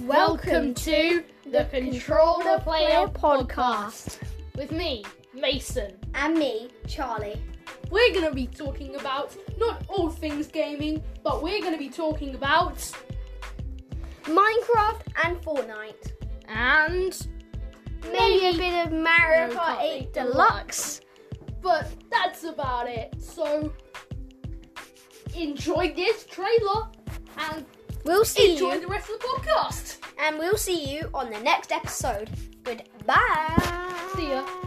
Welcome to the Controller Player Podcast with me, Mason. And me, Charlie. We're going to be talking about not all things gaming, but we're going to be talking about Minecraft and Fortnite. and Maybe a bit of Mario Kart 8 Deluxe. But that's about it. So enjoy this trailer and We'll see enjoy you, the rest of the podcast. and we'll see you on the next episode. Goodbye. See ya.